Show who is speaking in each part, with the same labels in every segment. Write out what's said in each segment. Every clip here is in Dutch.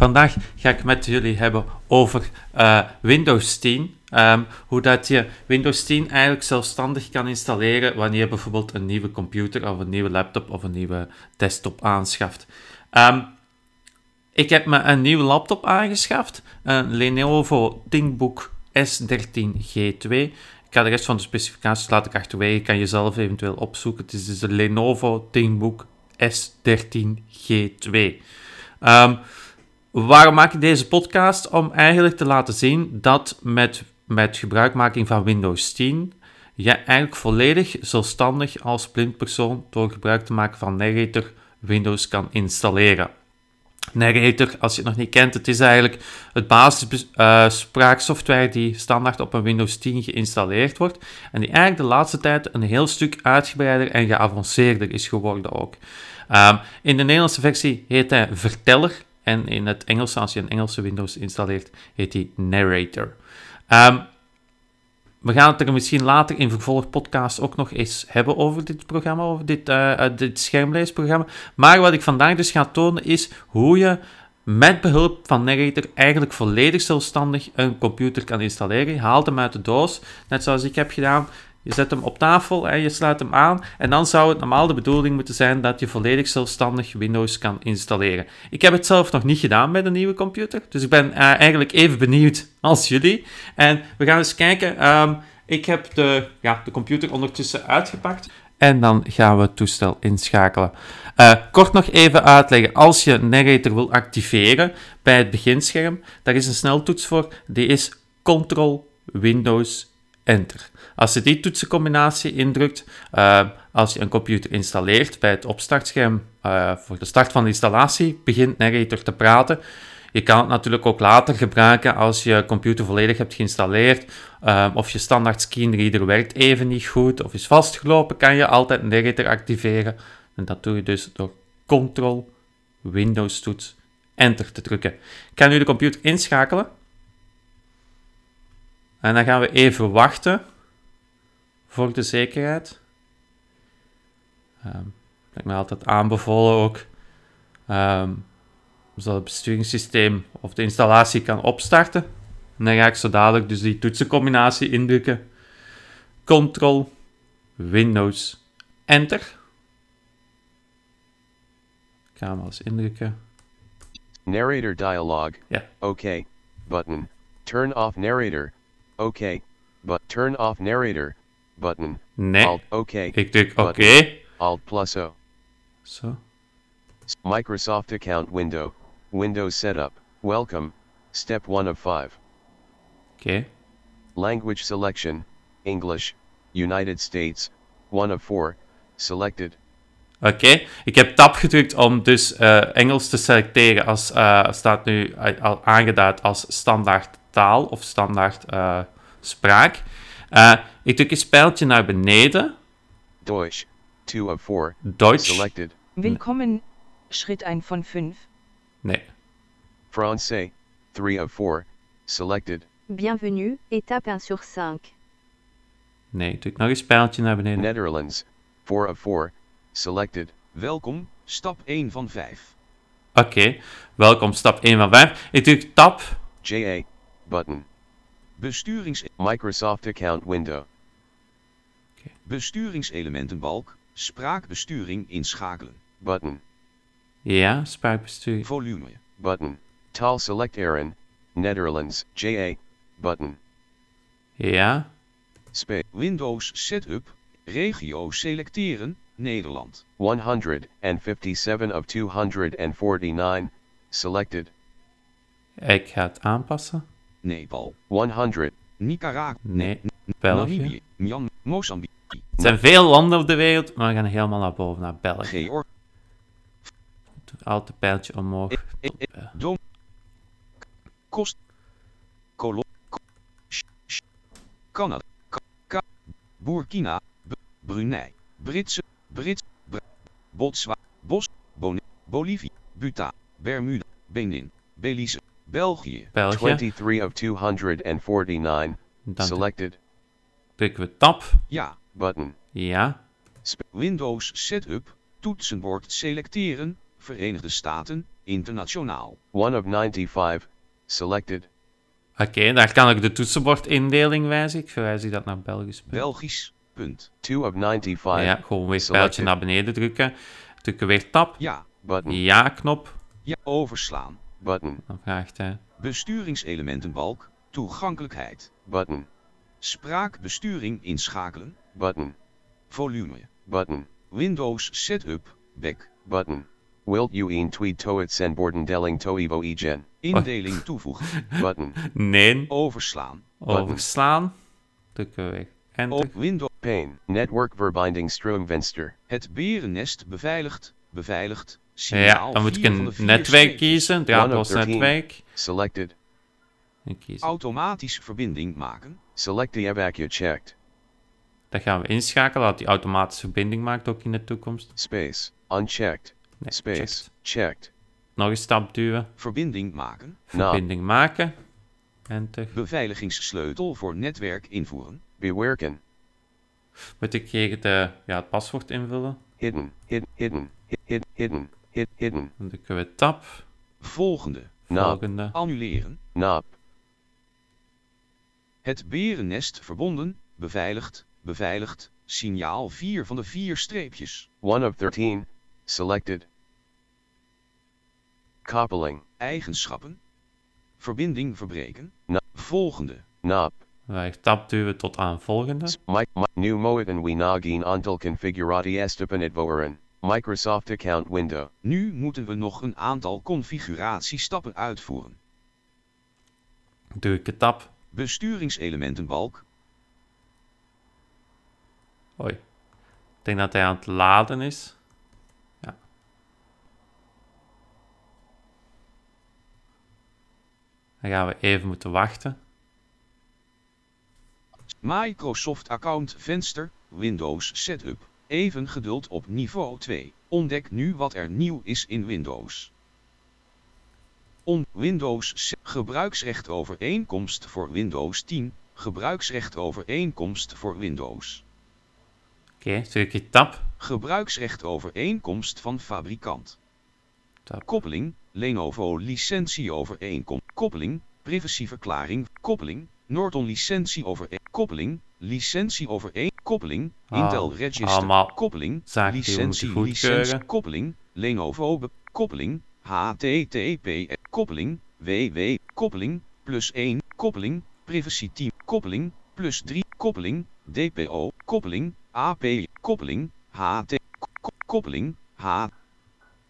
Speaker 1: Vandaag ga ik met jullie hebben over eh, Windows 10. Ehm, hoe dat je Windows 10 eigenlijk zelfstandig kan installeren wanneer je bijvoorbeeld een nieuwe computer of een nieuwe laptop of een nieuwe desktop aanschaft. Ehm, ik heb me een nieuwe laptop aangeschaft, een Lenovo ThinkBook S13G2. Ik ga de rest van de specificaties laat ik achterwege, kan je zelf eventueel opzoeken. Het is dus de Lenovo ThinkBook S13G2. Ehm, Waarom maak ik deze podcast? Om eigenlijk te laten zien dat met, met gebruikmaking van Windows 10 je eigenlijk volledig zelfstandig als blind persoon door gebruik te maken van Narrator Windows kan installeren. Narrator, als je het nog niet kent, het is eigenlijk het basisspraaksoftware die standaard op een Windows 10 geïnstalleerd wordt en die eigenlijk de laatste tijd een heel stuk uitgebreider en geavanceerder is geworden ook. Ehm, in de Nederlandse versie heet hij Verteller en in het Engelse, als je een Engelse Windows installeert, heet hij Narrator. Ehm, we gaan het er misschien later in vervolgpodcast ook nog eens hebben over dit programma, over dit, eh, eh, dit schermleesprogramma. Maar wat ik vandaag dus ga tonen is hoe je met behulp van Narrator eigenlijk volledig zelfstandig een computer kan installeren. Je haalt hem uit de doos, net zoals ik heb gedaan. Je zet hem op tafel en je sluit hem aan. En dan zou het normaal de bedoeling moeten zijn dat je volledig zelfstandig Windows kan installeren. Ik heb het zelf nog niet gedaan met een nieuwe computer. Dus ik ben eh, eigenlijk even benieuwd als jullie. En we gaan eens kijken. ehm, ik heb de, ja, de computer ondertussen uitgepakt. En dan gaan we het toestel inschakelen. Eh, kort nog even uitleggen. Als je Narrator wil activeren bij het beginscherm, daar is een sneltoets voor. Die is Ctrl Windows Enter. Als je die toetsencombinatie indrukt, eh, als je een computer installeert bij het opstartscherm eh, voor de start van de installatie, begint Narrator te praten. Je kan het natuurlijk ook later gebruiken als je computer volledig hebt geïnstalleerd eh, of je standaard screenreader werkt even niet goed of is vastgelopen, kan je altijd Narrator activeren. En dat doe je dus door Ctrl Windows toets Enter te drukken. Ik kan nu de computer inschakelen. En dan gaan we even wachten voor de zekerheid. Ehm lijkt mij altijd aanbevolen ook. ehm, zodat het besturingssysteem of de installatie kan opstarten. En dan ga ik zo dadelijk dus die toetsencombinatie indrukken. Ctrl, Windows, Enter. Ik ga hem al eens indrukken.
Speaker 2: Narrator dialog.
Speaker 1: Yeah.
Speaker 2: Okay. Button. Turn off narrator. Okay. But turn off narrator. Button.
Speaker 1: Nee,
Speaker 2: Alt. Okay.
Speaker 1: ik druk oké.
Speaker 2: Alt plus O.
Speaker 1: Zo.
Speaker 2: Microsoft account window. Window setup. Welcome. Step 1 of 5.
Speaker 1: Oké.
Speaker 2: Language selection. English. United States. 1 of 4. Selected.
Speaker 1: Oké, ik heb tab gedrukt om dus eh, Engels te selecteren als eh, staat nu a- al aangeduid als standaard taal of standaard eh, spraak. Eh, ik druk een pijltje naar beneden,
Speaker 2: Deutsch. 2 of 4.
Speaker 1: Duits.
Speaker 2: Selected.
Speaker 3: Willkommen. Schritt 1 von 5.
Speaker 1: Nee,
Speaker 2: Francais. 3 of 4. Selected.
Speaker 4: Bienvenue, étape 1 sur 5.
Speaker 1: nee, ik druk nog een pijltje naar beneden.
Speaker 2: Netherlands. 4 of 4. Selected.
Speaker 5: Welkom, stap 1 van 5.
Speaker 1: Oké, welkom stap 1 van 5. Ik druk tab.
Speaker 2: JA. Button.
Speaker 5: Besturings
Speaker 2: Microsoft account window.
Speaker 5: besturingselementenbalk, spraakbesturing inschakelen.
Speaker 2: Button.
Speaker 1: Ja, spraakbestuur.
Speaker 5: Volume.
Speaker 2: Button. Tal select Aaron. Netherlands. JA. Button.
Speaker 1: Ja,
Speaker 2: Space.
Speaker 5: Windows setup, regio selecteren, Nederland.
Speaker 2: 157 of 249. Selected.
Speaker 1: ik ga het aanpassen.
Speaker 5: Nepal,
Speaker 2: 100.
Speaker 5: Nicaragua,
Speaker 1: Nee, België.
Speaker 5: Namibië, Myanmar, Mozambique,
Speaker 1: Het zijn veel landen op de wereld, maar we gaan helemaal naar boven, naar België.
Speaker 5: Georgië,
Speaker 1: Altijd een pijltje omhoog. Eh.
Speaker 5: Kost, Colombia, Canada, Ka- Ka- Burkina, B- Brunei, Britse, Brits, Br- Botswa, Bos, Bon- Bolivia, Buta, Bermuda, Benin, Belize, België,
Speaker 1: België.
Speaker 2: 23 of 249.
Speaker 1: Dan
Speaker 2: Selected.
Speaker 1: drukken we tab.
Speaker 5: ja,
Speaker 2: Button.
Speaker 1: Ja,
Speaker 5: Sp- Windows setup, toetsenbord selecteren, Verenigde Staten, internationaal.
Speaker 2: One of 95. Selected.
Speaker 1: Oké, daar kan ik de toetsenbordindeling wijzigen. Ik verwijs die dat naar Belgisch.
Speaker 5: Belgisch, punt.
Speaker 2: Two of 95.
Speaker 1: Ja, gewoon weer pijltje
Speaker 2: Selected.
Speaker 1: naar beneden drukken. Drukken weer tab.
Speaker 5: Ja,
Speaker 2: Button.
Speaker 1: Ja-knop.
Speaker 5: ja, overslaan.
Speaker 2: Button.
Speaker 1: Dan vraagt hij.
Speaker 5: Besturingselementenbalk, toegankelijkheid.
Speaker 2: Button.
Speaker 5: Spraakbesturing inschakelen,
Speaker 2: Button.
Speaker 5: volume.
Speaker 2: Button.
Speaker 5: Windows Setup, back.
Speaker 2: Button. Wilt u een tweet toet sen borden delling to evo igen.
Speaker 5: Indeling toevoegen,
Speaker 2: Button.
Speaker 1: Nee.
Speaker 5: overslaan.
Speaker 1: Overslaan. Drukken weer. Enter.
Speaker 5: Op Windows.
Speaker 2: Pain. Network verbinding stroomvenster.
Speaker 5: Het berennest beveiligd, beveiligd.
Speaker 1: Ja,
Speaker 5: Signaal
Speaker 1: dan moet ik
Speaker 5: vier van de
Speaker 1: een
Speaker 5: vier
Speaker 1: netwerk
Speaker 5: streepjes.
Speaker 1: kiezen. Draadloos
Speaker 2: 113.
Speaker 1: netwerk.
Speaker 2: Selected.
Speaker 1: En kiezen.
Speaker 5: Automatisch verbinding maken.
Speaker 2: Select the evacua checked.
Speaker 1: Dat gaan we inschakelen, dat die automatische verbinding maakt ook in de toekomst.
Speaker 2: Space. Unchecked.
Speaker 1: Nee,
Speaker 2: Space.
Speaker 1: checked.
Speaker 2: Checked.
Speaker 1: Nog een stap duwen,
Speaker 5: Verbinding maken.
Speaker 2: Now.
Speaker 1: verbinding maken. Enter.
Speaker 5: Beveiligingssleutel voor netwerk invoeren.
Speaker 2: Bewerken.
Speaker 1: Moet ik hier de, ja, het paswoord invullen?
Speaker 2: Hidden. Hidden. Hidden. Hidden. Hidden. Hidden. Hidden.
Speaker 1: Dan drukken we tab.
Speaker 5: Volgende.
Speaker 2: Knob.
Speaker 1: Volgende.
Speaker 5: Annuleren.
Speaker 2: Knob.
Speaker 5: Het berennest verbonden. Beveiligd. Beveiligd. Signaal 4 van de 4 streepjes.
Speaker 2: One of 13. Selected. Coupling.
Speaker 5: Eigenschappen. Verbinding verbreken.
Speaker 2: Na-
Speaker 5: Volgende.
Speaker 2: Knob.
Speaker 1: Wij tab duwen tot aan volgende.
Speaker 2: Mike, mi new Moet and we nagin until configurati estepanit voeren. Microsoft account window.
Speaker 5: Nu moeten we nog een aantal configuratiestappen uitvoeren.
Speaker 1: Doe ik de tab.
Speaker 5: Besturingselementenbalk.
Speaker 1: Hoi. Ik denk dat hij aan het laden is. Ja. Dan gaan we even moeten wachten.
Speaker 5: Microsoft account venster. Windows setup. Even geduld op niveau 2. Ontdek nu wat er nieuw is in Windows. On Windows se- gebruiksrecht overeenkomst voor Windows 10. Gebruiksrecht overeenkomst voor Windows.
Speaker 1: Oké, druk je tab.
Speaker 5: Gebruiksrecht overeenkomst van fabrikant.
Speaker 1: Tab.
Speaker 5: Koppeling, Lenovo licentie overeenkomst. Koppeling, privacyverklaring. Koppeling, Norton licentie overeenkomst. Koppeling, licentie overeenkomst. Koppeling,
Speaker 1: Ah,
Speaker 5: Intel register.
Speaker 1: allemaal
Speaker 5: koppeling,
Speaker 1: zaken die we
Speaker 5: licentie,
Speaker 1: moeten goedkeuren.
Speaker 5: licentie. Koppeling, Lenovo. be- Koppeling, HTTP. E. Koppeling, WW. Koppeling, plus 1. Koppeling, privacy team. Koppeling, plus 3. Koppeling, DPO. Koppeling, AP. Koppeling, HT. ko- Koppeling, H.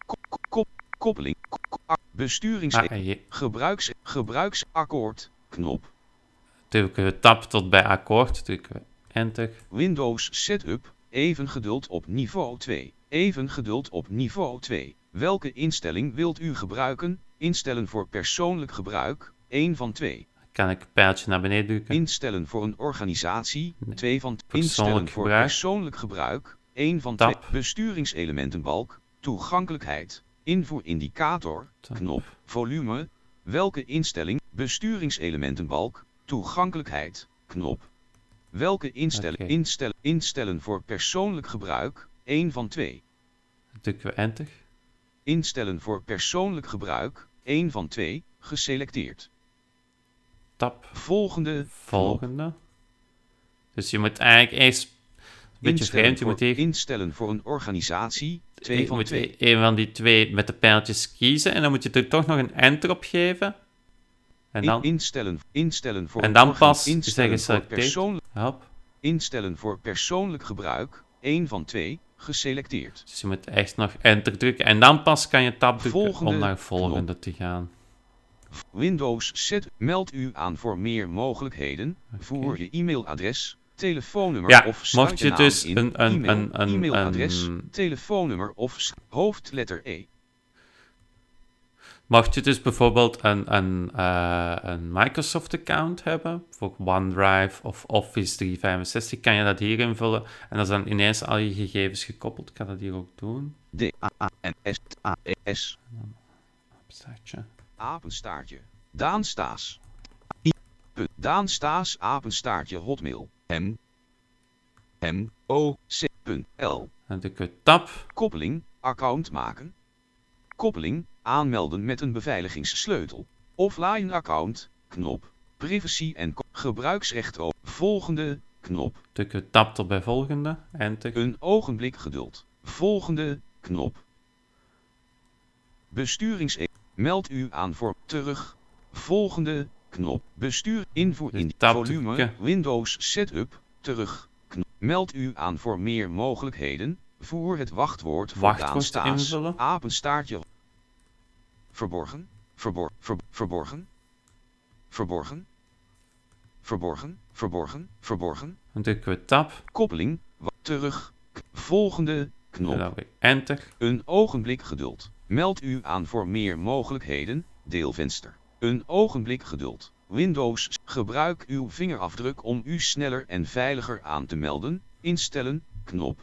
Speaker 5: ko- ko- ko- Koppeling, ko- ko- a- besturings.
Speaker 1: Ah, en je,
Speaker 5: Gebruiks, gebruiksakkoord, knop.
Speaker 1: Drukken we tab tot bij akkoord, drukken we enter.
Speaker 5: Windows Setup, even geduld op niveau 2. Even geduld op niveau 2. Welke instelling wilt u gebruiken? Instellen voor persoonlijk gebruik, 1 van 2.
Speaker 1: Kan ik het pijltje naar beneden drukken?
Speaker 5: Instellen voor een organisatie, 2 van Instellen
Speaker 1: Persoonlijk
Speaker 5: voor
Speaker 1: gebruik.
Speaker 5: persoonlijk gebruik, 1 van
Speaker 1: Tab.
Speaker 5: 2. Besturingselementenbalk, toegankelijkheid, invoerindicator,
Speaker 1: Tab.
Speaker 5: knop, volume. Welke instelling? Besturingselementenbalk, toegankelijkheid, knop. Welke instelling?
Speaker 1: Oké.
Speaker 5: Instellen, instellen voor persoonlijk gebruik, 1 van 2.
Speaker 1: Drukken we enter.
Speaker 5: Instellen voor persoonlijk gebruik, 1 van 2, geselecteerd.
Speaker 1: Tab,
Speaker 5: Volgende, knop.
Speaker 1: volgende. Dus je moet eigenlijk eerst... Een beetje
Speaker 5: Instellen
Speaker 1: vreemd, je
Speaker 5: voor-
Speaker 1: moet hier...
Speaker 5: Instellen voor een organisatie, 2
Speaker 1: Je
Speaker 5: van
Speaker 1: moet
Speaker 5: 2.
Speaker 1: een van die twee met de pijltjes kiezen en dan moet je er toch nog een enter op geven. En
Speaker 5: In-
Speaker 1: dan,
Speaker 5: instellen, instellen voor
Speaker 1: en dan
Speaker 5: organ-
Speaker 1: pas
Speaker 5: instellen
Speaker 1: zeggen
Speaker 5: voor,
Speaker 1: selecteer.
Speaker 5: persoonlijk,
Speaker 1: Hop.
Speaker 5: instellen voor persoonlijk gebruik, 1 van 2, geselecteerd.
Speaker 1: Dus je moet echt nog enter drukken en dan pas kan je tab drukken om
Speaker 5: Volgende
Speaker 1: naar volgende te gaan.
Speaker 5: Windows set, meld u aan voor meer mogelijkheden, voer je e-mailadres, telefoonnummer
Speaker 1: Ja,
Speaker 5: of
Speaker 1: mocht
Speaker 5: sluit
Speaker 1: je
Speaker 5: naam
Speaker 1: dus
Speaker 5: in,
Speaker 1: een- een-
Speaker 5: e-mail,
Speaker 1: een- een-
Speaker 5: e-mailadres,
Speaker 1: een-
Speaker 5: telefoonnummer of s- hoofdletter E.
Speaker 1: Mocht je dus bijvoorbeeld een, een, eh, een Microsoft-account hebben, voor OneDrive of Office 365, kan je dat hier invullen. En dan zijn ineens al je gegevens gekoppeld. Ik kan dat hier ook doen.
Speaker 5: S, A, E, S,
Speaker 1: Opstaartje.
Speaker 5: apenstaartje, Daanstaas, I, punt, Daanstaas, apenstaartje, hotmail, M, M, O, C, punt, L.
Speaker 1: Dan druk ik tab,
Speaker 5: Koppeling, account maken. Koppeling, aanmelden met een beveiligingssleutel. Offline account, knop. Privacy en ko- gebruiksrecht op. Volgende, knop.
Speaker 1: Tukken tapt op bij volgende. Enter.
Speaker 5: Een ogenblik geduld. Volgende knop. Besturings. Meld u aan voor terug. Volgende knop. Bestuur invoer
Speaker 1: Dus
Speaker 5: in
Speaker 1: tap
Speaker 5: volume
Speaker 1: drukken.
Speaker 5: Windows setup terug. Knop. Meld u aan voor meer mogelijkheden. Voer het wachtwoord voortaan
Speaker 1: Wachtwoord
Speaker 5: staas.
Speaker 1: invullen.
Speaker 5: Apenstaartje. Verborgen. Verbor, ver- verborgen. Verborgen. Verborgen. Verborgen. Verborgen.
Speaker 1: Dan drukken we tab.
Speaker 5: Koppeling. wa- Terug. K- Volgende
Speaker 1: En
Speaker 5: knop.
Speaker 1: dan weer enter.
Speaker 5: Een ogenblik geduld. Meld u aan voor meer mogelijkheden. Deelvenster. Een ogenblik geduld. Windows. Gebruik uw vingerafdruk om u sneller en veiliger aan te melden. Instellen. Knop.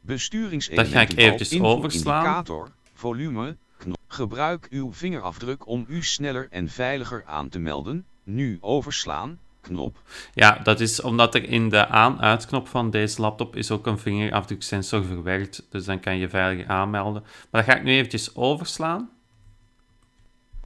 Speaker 5: Besturingselementen.
Speaker 1: Dat ga ik eventjes
Speaker 5: invoer-
Speaker 1: overslaan.
Speaker 5: Indicator. Volume. Knop. Gebruik uw vingerafdruk om u sneller en veiliger aan te melden. Nu overslaan. Knop.
Speaker 1: Ja, dat is omdat er in de aan-uitknop van deze laptop is ook een vingerafdruksensor verwerkt. Dus dan kan je veiliger aanmelden. Maar dat ga ik nu eventjes overslaan.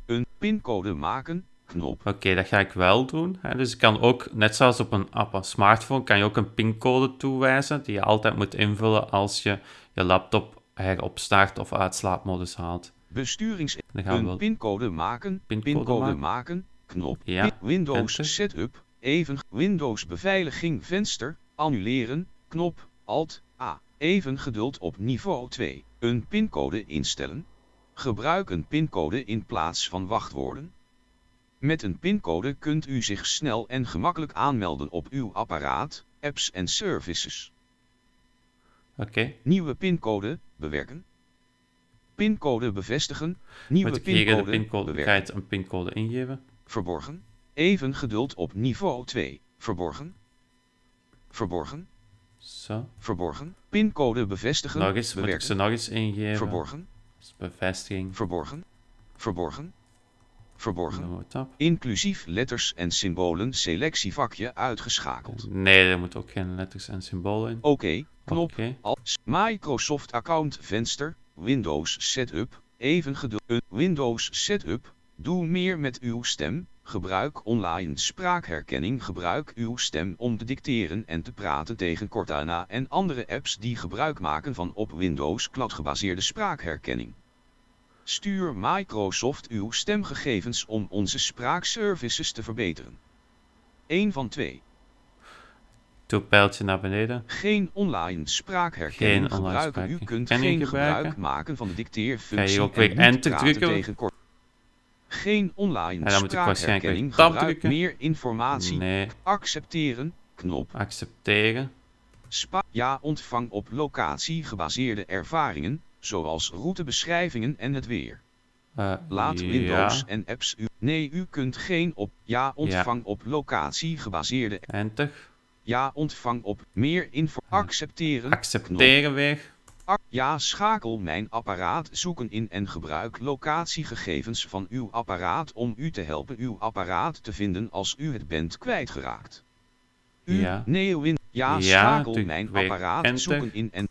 Speaker 5: Een pincode maken. Knop.
Speaker 1: Oké, dat ga ik wel doen. hè. Dus ik kan ook, net zoals op een, op een smartphone, kan je ook een pincode toewijzen die je altijd moet invullen als je je laptop heropstart of uit slaapmodus haalt.
Speaker 5: Besturings
Speaker 1: Dan gaan we
Speaker 5: een
Speaker 1: wel-
Speaker 5: pincode maken.
Speaker 1: Pincode
Speaker 5: Pincode,
Speaker 1: maken.
Speaker 5: maken. Knop.
Speaker 1: Ja,
Speaker 5: Pin- Windows
Speaker 1: enter.
Speaker 5: setup. Even Windows beveiliging venster. Annuleren. Knop. Alt A. Even geduld op niveau 2. Een pincode instellen. Gebruik een pincode in plaats van wachtwoorden. Met een pincode kunt u zich snel en gemakkelijk aanmelden op uw apparaat, apps en services.
Speaker 1: Oké,
Speaker 5: Nieuwe pincode bewerken. Pincode bevestigen. Nieuwe
Speaker 1: moet ik hier in de
Speaker 5: pincode,
Speaker 1: pincode,
Speaker 5: bewerken.
Speaker 1: ga je het een pincode ingeven?
Speaker 5: Verborgen. Even geduld op niveau 2. Verborgen. Verborgen.
Speaker 1: Zo.
Speaker 5: Verborgen. Pincode bevestigen.
Speaker 1: Nog eens, moet ik
Speaker 5: bewerken.
Speaker 1: ze nog eens ingeven?
Speaker 5: Verborgen.
Speaker 1: Dus bevestiging.
Speaker 5: Verborgen. Verborgen.
Speaker 1: Dan
Speaker 5: Verborgen.
Speaker 1: doen we het op.
Speaker 5: Inclusief letters en symbolen selectievakje uitgeschakeld.
Speaker 1: Nee, er moeten ook geen letters en symbolen in.
Speaker 5: Oké, knop.
Speaker 1: Oké.
Speaker 5: Als Microsoft account venster, Windows setup, even geduld. Een Windows setup, doe meer met uw stem. Gebruik online spraakherkenning. Gebruik uw stem om te dicteren en te praten tegen Cortana en andere apps die gebruik maken van op Windows cloud gebaseerde spraakherkenning. Stuur Microsoft uw stemgegevens om onze spraakservices te verbeteren. 1 van 2.
Speaker 1: Doe pijltje naar beneden.
Speaker 5: Geen online spraakherkenning
Speaker 1: Geen online
Speaker 5: gebruiken. U
Speaker 1: spraakherkenning
Speaker 5: kunt geen gebruik
Speaker 1: gebruiken.
Speaker 5: maken van de
Speaker 1: Ga je
Speaker 5: dicteerfunctie.
Speaker 1: ook weer
Speaker 5: en niet
Speaker 1: enter
Speaker 5: praten
Speaker 1: drukken?
Speaker 5: Tegen kort. Geen online
Speaker 1: En dan moet ik waarschijnlijk weer
Speaker 5: spraakherkenning.
Speaker 1: tab
Speaker 5: Gebruik
Speaker 1: drukken.
Speaker 5: meer informatie.
Speaker 1: Nee.
Speaker 5: Accepteren. Knop.
Speaker 1: Accepteren.
Speaker 5: Spa. Ja, ontvang op locatie gebaseerde ervaringen, zoals routebeschrijvingen en het weer.
Speaker 1: Eh,
Speaker 5: Laat
Speaker 1: ja.
Speaker 5: Windows en apps u. Nee, u kunt geen op. Ja, ontvang op locatie gebaseerde.
Speaker 1: Enter.
Speaker 5: Ja, ontvang op meer info. Accepteren. Knop.
Speaker 1: Accepteren weer.
Speaker 5: Ak- Ja, schakel mijn apparaat zoeken in en gebruik locatiegegevens van uw apparaat om u te helpen uw apparaat te vinden als u het bent kwijtgeraakt. U,
Speaker 1: Ja.
Speaker 5: Neowin, ja,
Speaker 1: Ja,
Speaker 5: schakel
Speaker 1: druk
Speaker 5: mijn
Speaker 1: weer
Speaker 5: apparaat
Speaker 1: enter.
Speaker 5: zoeken in en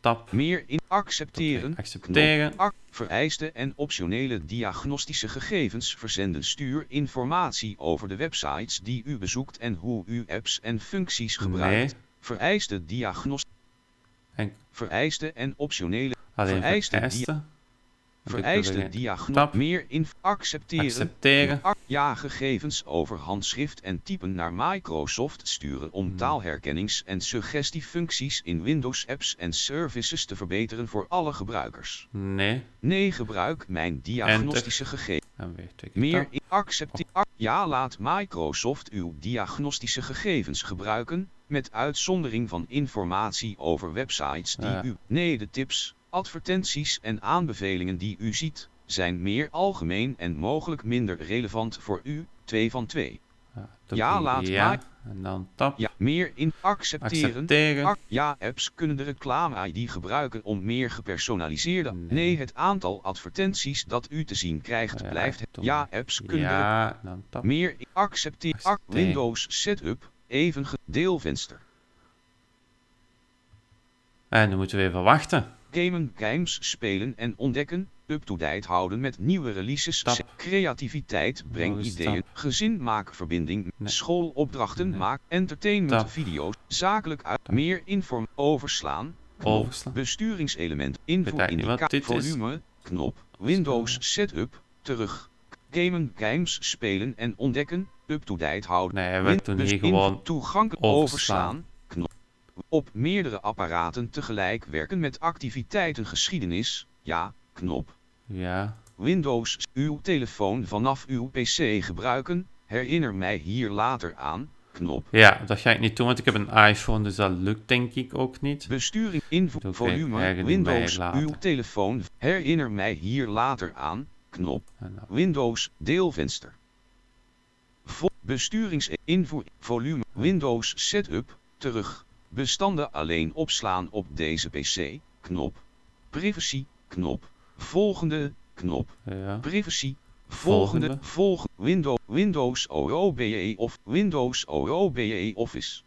Speaker 1: Tap.
Speaker 5: meer in accepteren.
Speaker 1: Oké, accepteren.
Speaker 5: Knop. Ac- vereiste en optionele diagnostische gegevens verzenden. Stuur informatie over de websites die u bezoekt en hoe u apps en functies gebruikt.
Speaker 1: Nee.
Speaker 5: Vereiste diagnos.
Speaker 1: En-
Speaker 5: Vereiste en optionele
Speaker 1: Alleen
Speaker 5: Vereiste
Speaker 1: vereisten.
Speaker 5: Vereiste
Speaker 1: die
Speaker 5: diagnose
Speaker 1: Tap.
Speaker 5: meer in accepteren.
Speaker 1: Accepteren.
Speaker 5: Ac- Ja, gegevens over handschrift en typen naar Microsoft sturen om taalherkennings- en suggestiefuncties in Windows apps en services te verbeteren voor alle gebruikers.
Speaker 1: Nee.
Speaker 5: Nee, gebruik mijn diagnostische gegevens.
Speaker 1: Dan weer twee keer
Speaker 5: Meer
Speaker 1: tap.
Speaker 5: in accepteren. Ja, laat Microsoft uw diagnostische gegevens gebruiken, met uitzondering van informatie over websites die
Speaker 1: Ja.
Speaker 5: u. Nee, de tips, advertenties en aanbevelingen die u ziet, zijn meer algemeen en mogelijk minder relevant voor u. 2 van 2.
Speaker 1: Ja, Ah, doe
Speaker 5: Ja,
Speaker 1: die-
Speaker 5: laat
Speaker 1: ja.
Speaker 5: maar.
Speaker 1: En dan tap.
Speaker 5: Ja, meer in accepteren.
Speaker 1: Accepteren.
Speaker 5: Ac- Ja, apps kunnen de reclame-ID gebruiken om meer gepersonaliseerde.
Speaker 1: Nee.
Speaker 5: Nee. het aantal advertenties dat u te zien krijgt
Speaker 1: Ja,
Speaker 5: blijft.
Speaker 1: dom.
Speaker 5: Ja, apps kunnen de
Speaker 1: Ja, en dan tap.
Speaker 5: meer in- accepteer ac-
Speaker 1: Accepteer.
Speaker 5: Windows setup even ge- deelvenster.
Speaker 1: En dan moeten we even wachten.
Speaker 5: gamen, games spelen en ontdekken, up-to-date houden met nieuwe releases,
Speaker 1: Stap.
Speaker 5: creativiteit, breng
Speaker 1: Nog een
Speaker 5: ideeën,
Speaker 1: stap.
Speaker 5: gezin, maak verbinding,
Speaker 1: Nee.
Speaker 5: schoolopdrachten,
Speaker 1: Nee.
Speaker 5: maak entertainment,
Speaker 1: Stap.
Speaker 5: video's, zakelijk uit, meer inform, overslaan, knop,
Speaker 1: Overslaan.
Speaker 5: besturingselement,
Speaker 1: Weet
Speaker 5: invoer
Speaker 1: eigenlijk niet wat
Speaker 5: indicator,
Speaker 1: dit is.
Speaker 5: volume, knop, Windows setup, terug, gamen, games spelen en ontdekken, up-to-date houden.
Speaker 1: Nee, hij werd toen
Speaker 5: Windows
Speaker 1: hier
Speaker 5: invoer
Speaker 1: gewoon
Speaker 5: toegankelijk
Speaker 1: overslaan.
Speaker 5: overslaan. Knop. Op meerdere apparaten tegelijk werken met activiteiten geschiedenis. Ja, knop.
Speaker 1: Ja,
Speaker 5: Windows, uw telefoon vanaf uw PC gebruiken. Herinner mij hier later aan. Knop.
Speaker 1: ja, dat ga ik niet doen, want ik heb een iPhone, dus dat lukt denk ik ook niet.
Speaker 5: Besturing invoer
Speaker 1: Doe ik eigenlijk
Speaker 5: volume.
Speaker 1: niet meer
Speaker 5: Windows,
Speaker 1: later.
Speaker 5: uw telefoon. Herinner mij hier later aan. Knop.
Speaker 1: En dan-
Speaker 5: Windows deelvenster. Vo besturings invoer volume Windows setup terug. Bestanden alleen opslaan op deze PC knop. Privacy knop. Volgende knop.
Speaker 1: Ja,
Speaker 5: Privacy
Speaker 1: Volgende.
Speaker 5: volgende volg Windows Windows OOBE E of Windows OOBE E Office.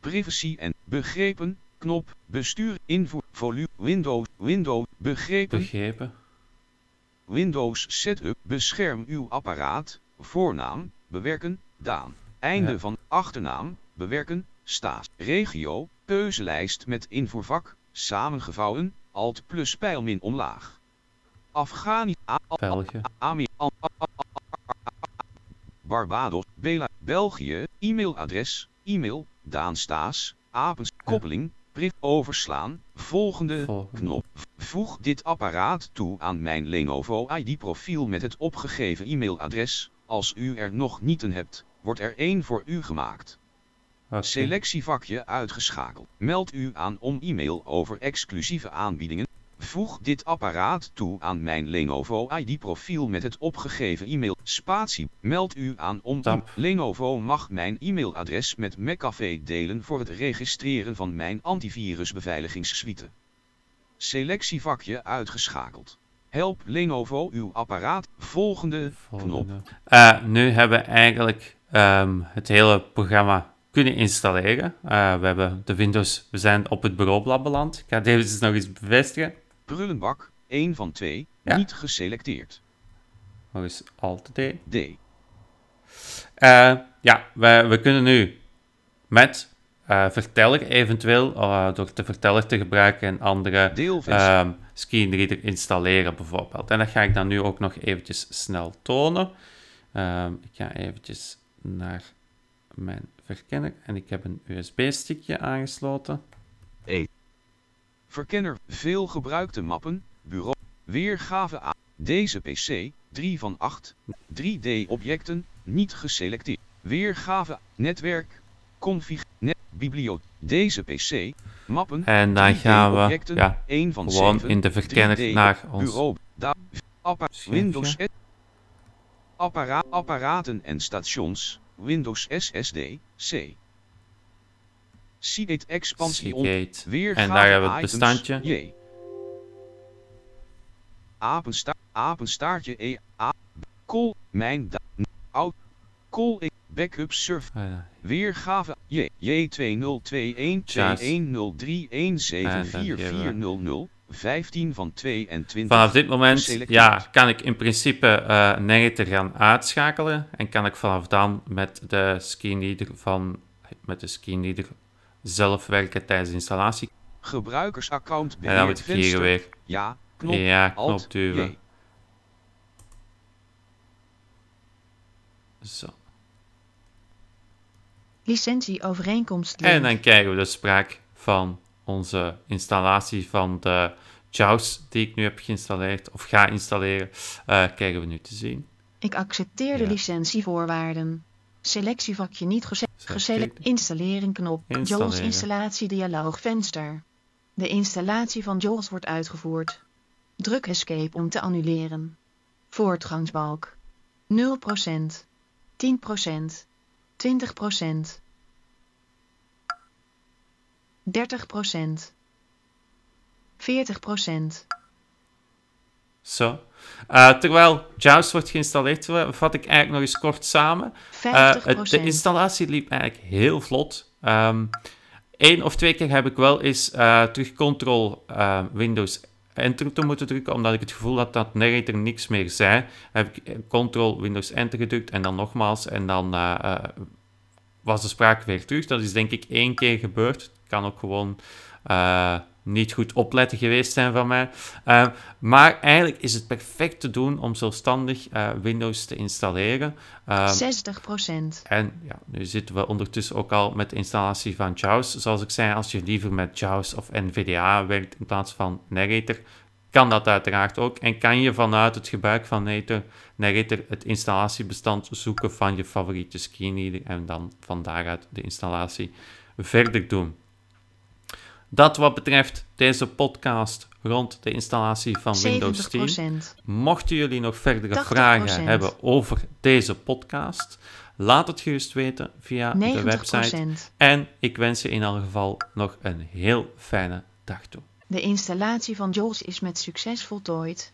Speaker 5: Privacy en begrepen knop bestuur invoer volume Windows Windows begrepen
Speaker 1: begrepen.
Speaker 5: Windows Setup bescherm uw apparaat, voornaam, bewerken, Daan. Einde
Speaker 1: Ja.
Speaker 5: van achternaam, bewerken, staat. Regio, keuzelijst met invoervak, samengevouwen, alt plus pijlmin omlaag. Afghani, A- A-
Speaker 1: België.
Speaker 5: Ami, Am- A- A- A- A- A- Barbados, Bela, België, e-mailadres, e-mail, Daan Staes, Apens, koppeling, print overslaan, volgende,
Speaker 1: Volgende.
Speaker 5: knop. Voeg dit apparaat toe aan mijn Lenovo ID-profiel met het opgegeven e-mailadres. Als u er nog niet een hebt, wordt er één voor u gemaakt.
Speaker 1: Oké.
Speaker 5: Selectievakje uitgeschakeld. Meld u aan om e-mail over exclusieve aanbiedingen. Voeg dit apparaat toe aan mijn Lenovo ID-profiel met het opgegeven e-mail. Spatie. Meld u aan om.
Speaker 1: Tap.
Speaker 5: Lenovo mag mijn e-mailadres met McAfee delen voor het registreren van mijn antivirusbeveiligingssuite. Selectievakje uitgeschakeld. Help Lenovo uw apparaat. Volgende knop.
Speaker 1: Volgende. Eh, nu hebben we eigenlijk ehm, het hele programma kunnen installeren. Eh, we hebben de Windows, we zijn op het bureaublad beland. Ik ga deze nog eens bevestigen.
Speaker 5: Prullenbak. 1 van 2.
Speaker 1: Ja.
Speaker 5: Niet geselecteerd.
Speaker 1: Nog eens Alt D.
Speaker 5: D.
Speaker 1: Eh, ja, we, we kunnen nu met eh, verteller eventueel, eh, door de verteller te gebruiken en andere
Speaker 5: Deelvenster.
Speaker 1: ehm screenreader installeren bijvoorbeeld. En dat ga ik dan nu ook nog eventjes snel tonen. Ehm, ik ga eventjes naar mijn verkenner en ik heb een USB-stickje aangesloten.
Speaker 5: Verkenner, veel gebruikte mappen, bureau, weergave aan. Deze PC, 3 van 8, 3D-objecten, niet geselecteerd. Weergave, netwerk, config, net, bibliotheek. Deze PC, mappen,
Speaker 1: En dan
Speaker 5: 3D
Speaker 1: gaan we
Speaker 5: objecten,
Speaker 1: ja,
Speaker 5: 1 van
Speaker 1: gewoon
Speaker 5: 7,
Speaker 1: in de verkenner
Speaker 5: 3D
Speaker 1: naar ons
Speaker 5: bureau, da, appa,
Speaker 1: Schermpje.
Speaker 5: Windows, S- appara, apparaten en stations, Windows SSD, C. Seagate expansie on-
Speaker 1: Seagate.
Speaker 5: Weer
Speaker 1: En
Speaker 5: gaan
Speaker 1: daar hebben we het
Speaker 5: items.
Speaker 1: bestandje.
Speaker 5: J. Apensta apenstaartje E. A. Kool. Mijn da. Oud. Kool. E. Backup surf.
Speaker 1: Eh,
Speaker 5: Weergave. J. J. 20212103174400. 15 van 22.
Speaker 1: Vanaf dit moment
Speaker 5: Geselecteerd.
Speaker 1: ja, kan ik in principe eh Negator gaan uitschakelen. En kan ik vanaf dan met de screenreader van met de screenreader zelf werken tijdens de installatie.
Speaker 5: Gebruikersaccount
Speaker 1: En dan moet ik
Speaker 5: beheerd
Speaker 1: hier
Speaker 5: venster.
Speaker 1: weer
Speaker 5: Ja. Knop.
Speaker 1: ja, knop
Speaker 5: Alt.
Speaker 1: duwen.
Speaker 5: J.
Speaker 1: Zo.
Speaker 6: Licentie overeenkomst
Speaker 1: En dan krijgen we de spraak van onze installatie van de JAWS die ik nu heb geïnstalleerd of ga installeren. eh, krijgen we nu te zien.
Speaker 6: Ik accepteer de
Speaker 1: Ja.
Speaker 6: licentievoorwaarden. Selectievakje niet gese- geselect. Installeren knop.
Speaker 1: Installeren.
Speaker 6: JAWS installatie dialoogvenster. De installatie van JAWS wordt uitgevoerd. Druk escape om te annuleren. Voortgangsbalk. 0%. 10%. 20%. 30%. 40%.
Speaker 1: Eh, Zo. Eh, terwijl JAWS wordt geïnstalleerd, eh, vat ik eigenlijk nog eens kort samen.
Speaker 6: 50%.
Speaker 1: Eh, het- de installatie liep eigenlijk heel vlot. Ehm, Eén of twee keer heb ik wel eens eh, terug Ctrl eh, Windows Enter te moeten drukken, omdat ik het gevoel had dat Narrator niks meer zei. Heb ik eh, Ctrl Windows Enter gedrukt en dan nogmaals en dan eh, eh, was de spraak weer terug. Dat is denk ik één keer gebeurd. Het kan ook gewoon eh, niet goed opletten geweest zijn van mij. Eh, maar eigenlijk is het perfect te doen om zelfstandig eh, Windows te installeren. Ehm,
Speaker 6: 60%.
Speaker 1: en ja, nu zitten we ondertussen ook al met de installatie van JAWS. Zoals ik zei, als je liever met JAWS of NVDA werkt in plaats van Narrator, kan dat uiteraard ook. En kan je vanuit het gebruik van Narrator, Narrator het installatiebestand zoeken van je favoriete screenreader en dan van daaruit de installatie verder doen. Dat wat betreft deze podcast rond de installatie van Windows 10.
Speaker 6: 70%.
Speaker 1: Mochten jullie nog verdere
Speaker 6: 80%.
Speaker 1: vragen hebben over deze podcast, laat het gerust weten via Ah, de website.
Speaker 6: 90%.
Speaker 1: En ik wens je in elk geval nog een heel fijne dag toe.
Speaker 6: De installatie van JAWS is met succes voltooid.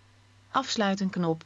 Speaker 6: Afsluiten knop.